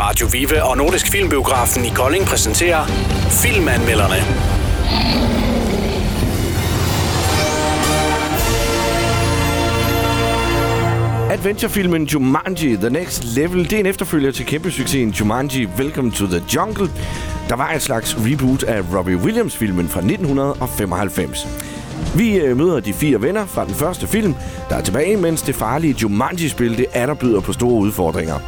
Radio Vive og Nordisk Filmbiografen i Kolding præsenterer Filmanmelderne. Adventurefilmen Jumanji The Next Level, det er en efterfølger til kæmpe succesen Jumanji Welcome to the Jungle, der var en slags reboot af Robbie Williams-filmen fra 1995. Vi øh, møder de fire venner fra den første film, der er tilbage, mens det farlige Jumanji-spil det er der byder på store udfordringer.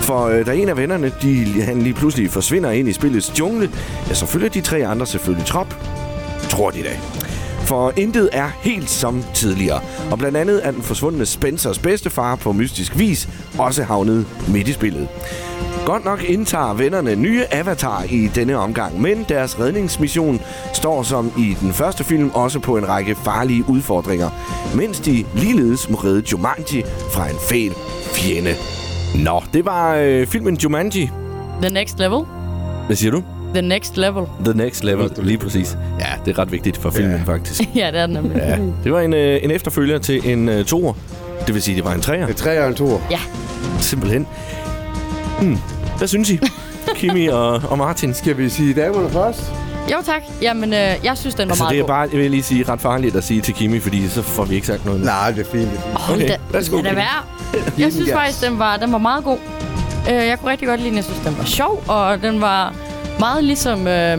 For øh, da en af vennerne de, han lige pludselig forsvinder ind i spillets jungle, ja, så følger de tre andre selvfølgelig trop. Tror de da. For intet er helt som tidligere. Og blandt andet er den forsvundne Spencers bedstefar på mystisk vis også havnet midt i spillet. Godt nok indtager vennerne nye avatar i denne omgang, men deres redningsmission står som i den første film også på en række farlige udfordringer, mens de ligeledes må redde Jumanji fra en fæl fjende. Nå, det var øh, filmen Jumanji. The next level. Hvad siger du? The next level. The Next Level, lige præcis. Ja, det er ret vigtigt for filmen, Ja. faktisk. ja, det er den nemlig. Ja, det var en, øh, en efterfølger til en øh, toer. Det vil sige, det var en træer, En træer og en toer. Ja, simpelthen. Mm. Hvad synes I? Kimi og, og Martin. Skal vi sige damerne først? jo tak. Jamen, øh, jeg synes, den var Altså, meget det er god. bare, jeg vil lige sige, ret farligt at sige til Kimi, fordi så får vi ikke sagt noget. nu. Nej, det er fint. Det er fint. Hold Okay, da, værsgo, lad det Peter. være. Jeg synes gas. faktisk, den var, den var meget god. Øh, jeg kunne rigtig godt lide den. Jeg synes, den var sjov, og den var meget ligesom øh,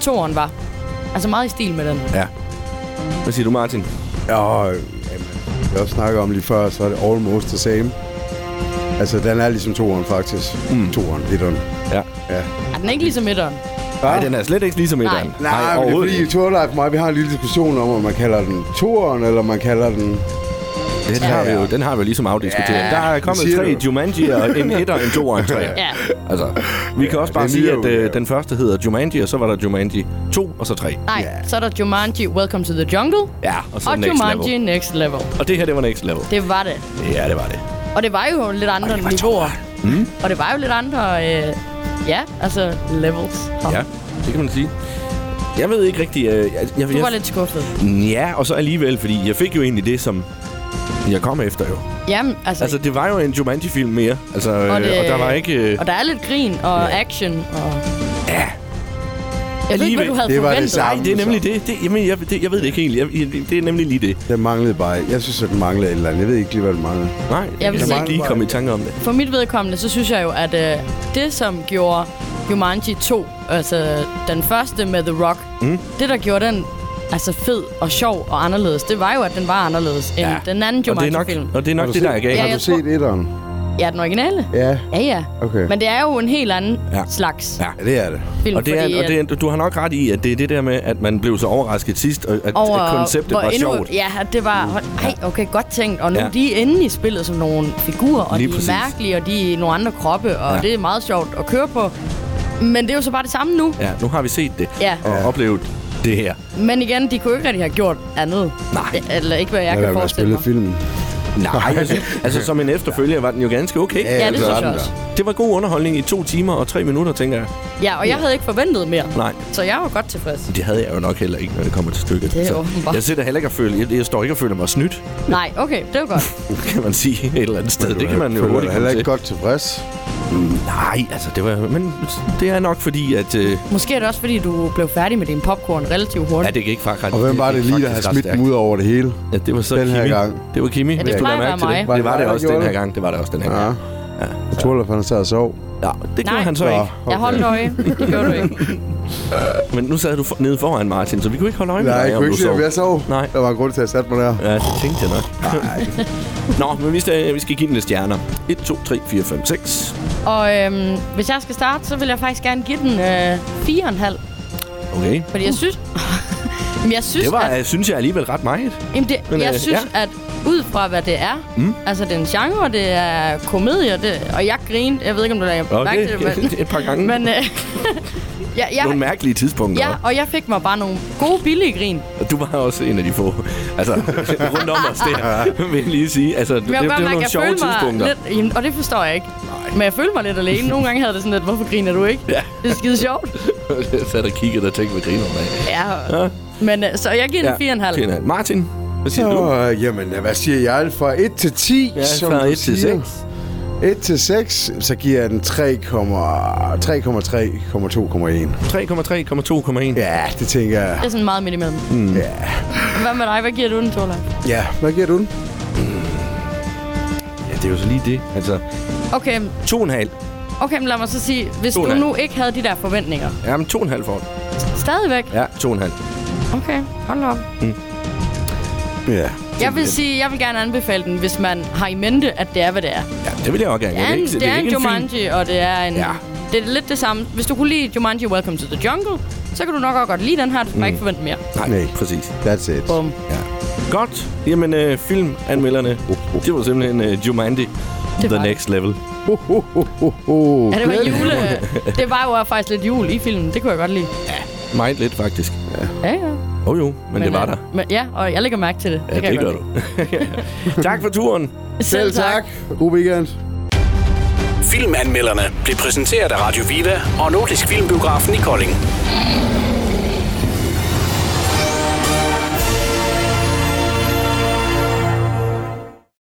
toren var. Altså meget i stil med den. Ja. Hvad siger du, Martin? Og øh, jamen, jeg også snakkede om lige før, så er det almost the same. Altså, den er ligesom toeren, faktisk. Mm. Toeren, etteren. Ja. Ja. Er den ikke ligesom etteren? Nej, den er slet ikke ligesom Nej. etteren. Nej, Nej men det er fordi, i Tourlife mig, vi har en lille diskussion om, om man kalder den toeren, eller man kalder den... Den har, vi jo, den har vi jo ligesom afdiskuteret. Ja, der er kommet siger tre du. Jumanji, og en etter, en toer og en træer. Ja. Altså, vi kan også bare det er sige, lige at øh, udgave. den første hedder Jumanji, og så var der Jumanji 2, og så 3. Nej, så er der Jumanji Welcome to the Jungle. Ja, og så og Next Jumanji Level. Next Level. Og det her, det var Next Level. Det var det. Ja, det var det. Og det var jo lidt andre niveauer. Mm. Og det var jo lidt andre, øh, ja, altså levels. Ja, det kan man sige. Jeg ved ikke rigtig... Øh, jeg, jeg, Du var jeg, lidt skuffet. Ja, og så alligevel, fordi jeg fik jo egentlig det, som jeg kom efter jo. Jamen, altså... Altså, det var jo en Jumanji-film mere. Altså, og, det- og der var ikke... Øh, Og der er lidt grin og action og... ja. Jeg ved ikke, hvad Alligevel, du havde det var det forventet. samme. Ej, det er nemlig det. det jamen, jeg, det, jeg ved det ikke egentlig. Jeg, jeg, det er nemlig lige det. Den manglede bare... Jeg synes, at den manglede et eller andet. Jeg ved ikke lige, hvad den manglede. Nej, jeg, vil jeg må sige- ikke lige komme i tanke om det. For mit vedkommende, så synes jeg jo, at øh, det, som gjorde Jumanji 2, altså den første med The Rock, mm. det, der gjorde den altså fed og sjov og anderledes, det var jo, at den var anderledes end Ja. den anden Og det er nok, Jumanji-film. og det, er Har nok du det, set- der er galt. Ja, Har jeg du set etteren? Ja, den originale. Ja. Ja, ja. Okay. Men det er jo en helt anden Ja. ja. slags Ja. ja. Ja, det er det. film. Og, det er, fordi, og at- det er, du har nok ret i, at det er det der med, at man blev så overrasket sidst, og at, over, at konceptet hvor var endnu, sjovt. Mm. Ja, at det var... Hold, ej, okay, godt tænkt. Og nu Ja. ja. de er inde i spillet som nogle figurer, og Lige de er præcis. mærkelige, og de er nogle andre kroppe, og Ja. ja. det er meget sjovt at køre på. Men det er jo så bare det samme nu. Ja, nu har vi set det, Ja. og oplevet det her. Men igen, de kunne ikke rigtig have gjort andet. Nej. Eller ikke, hvad jeg Jeg kan kan være forestille spille mig. filmen. Nej, jeg synes, altså som en efterfølger var den jo ganske okay. Ja, Ja, det synes jeg der. også. Det var god underholdning i to timer og tre minutter, tænker jeg. Ja, og jeg havde ikke forventet mere. Nej. Så jeg var godt tilfreds. Det havde jeg jo nok heller ikke, når det kommer til stykket. Det er Så åbenbart. jeg sidder heller ikke og føler, jeg, jeg står ikke og føler mig snydt, Nej, okay, det var godt. kan man sige et eller andet sted. Det kan man jo Føler hurtigt dig heller komme til. ikke godt tilfreds. Nej, altså det var, men det er nok fordi, at øh, Måske er det også, fordi du blev færdig med din popcorn relativt ja, hurtigt. det kan ikke faktisk Og hvem var det lige, der har smidt den ud over det hele? Ja, det var så den her Kimi. gang? Det var Kimi, ja, det hvis du plejer lader mærke at til være det. mig. Det var Var det det også mig, der den her gjorde gang. Det var det også den her Ja. gang. Jeg tror, at han sad og sov. Ja, det gjorde Nej. han så Nå. ikke. Jeg holdt øje. Det gjorde du ikke. Men nu sad du for, nede foran Martin, så vi kunne ikke holde øje med Nej, dig, jeg om kunne du ikke se, sov. om jeg sov. Nej. Der var en grund til, at jeg satte mig der. Ja, det tænkte jeg nok. Nå, men vi skal, vi skal give den lidt stjerner. 1, 2, 3, 4, 5, 6. Og øhm, hvis jeg skal starte, så vil jeg faktisk gerne give den øh, 4,5. Okay. Fordi jeg synes... Jamen, jeg synes, Det var, at, øh, synes jeg alligevel ret meget. jamen det, men, jeg øh, synes at ud fra, hvad det er, mm. altså det er en genre, det er komedie, det, og jeg grinede, jeg ved ikke, om du lagde mærke Okay, til det, men, et par gange. Men, men øh, ja, Nogle jeg, mærkelige tidspunkter. ja, og jeg fik mig bare nogle gode, billige grin. Og Du var også en af de få. Altså, rundt om os der, vil jeg lige sige. Altså, det, det, det Men jeg, var godt, mærke, nogle jeg sjove følte tidspunkter. mig lidt, jamen, og det forstår jeg ikke. Nej. Men jeg følte mig lidt alene. Nogle gange havde det sådan lidt, hvorfor griner du ikke? Ja. Det er skide sjovt. jeg sad og kiggede og tænkte, hvad griner hun af. Ja. ja. Men øh, så jeg giver den 4,5. 4,5. Martin, hvad siger du? Så, øh, jamen, hvad siger jeg? Fra 1 til 10, Ja, som fra du 1 til siger. 6. 1 til 6, så giver jeg den 3,3,2,1. 3,3,2,1. Ja, det tænker jeg. Det er sådan meget midt imellem. Mm. Yeah. Hvad med dig? Hvad giver du den, Torlak? Ja, hvad giver du den? Ja, det er jo så lige det. Altså, Okay, 2,5. okay, men lad mig så sige, hvis To og du en halv. nu ikke havde de der forventninger, Jamen, 2,5 for den. stadigvæk, Ja, 2,5. okay, hold da op. Ja. Jeg vil sige, jeg vil gerne anbefale den, hvis man har i mente, at det er, hvad det er. Ja, det vil jeg også gerne. Det er Jeg vil en, ikke- det er en ikke film- Jumanji, og det er en... Ja. Det er lidt det samme. Hvis du kunne lide Jumanji Welcome to the Jungle, så kan du nok også godt lide den her. Du skal Mm. bare ikke forvente mere. Nej, Nej. præcis. That's it. Bum. Ja. Godt. Jamen, øh, filmanmelderne, det var simpelthen øh, Jumanji. Det The var det. Next Level. Uh, uh, uh, uh, uh. Ja, det var jule. Det var jo faktisk lidt jul i filmen. Det kunne jeg godt lide. Meget lidt, faktisk. Ja, ja. Jo, jo, men, men det var øh, der. Men, ja, og jeg lægger mærke til det. Ja, det, jeg det gør godt du. tak for turen. lide. Selv tak. God weekend. Filmanmelderne blev præsenteret af Radio Viva og Nordisk Filmbiografen i Kolding.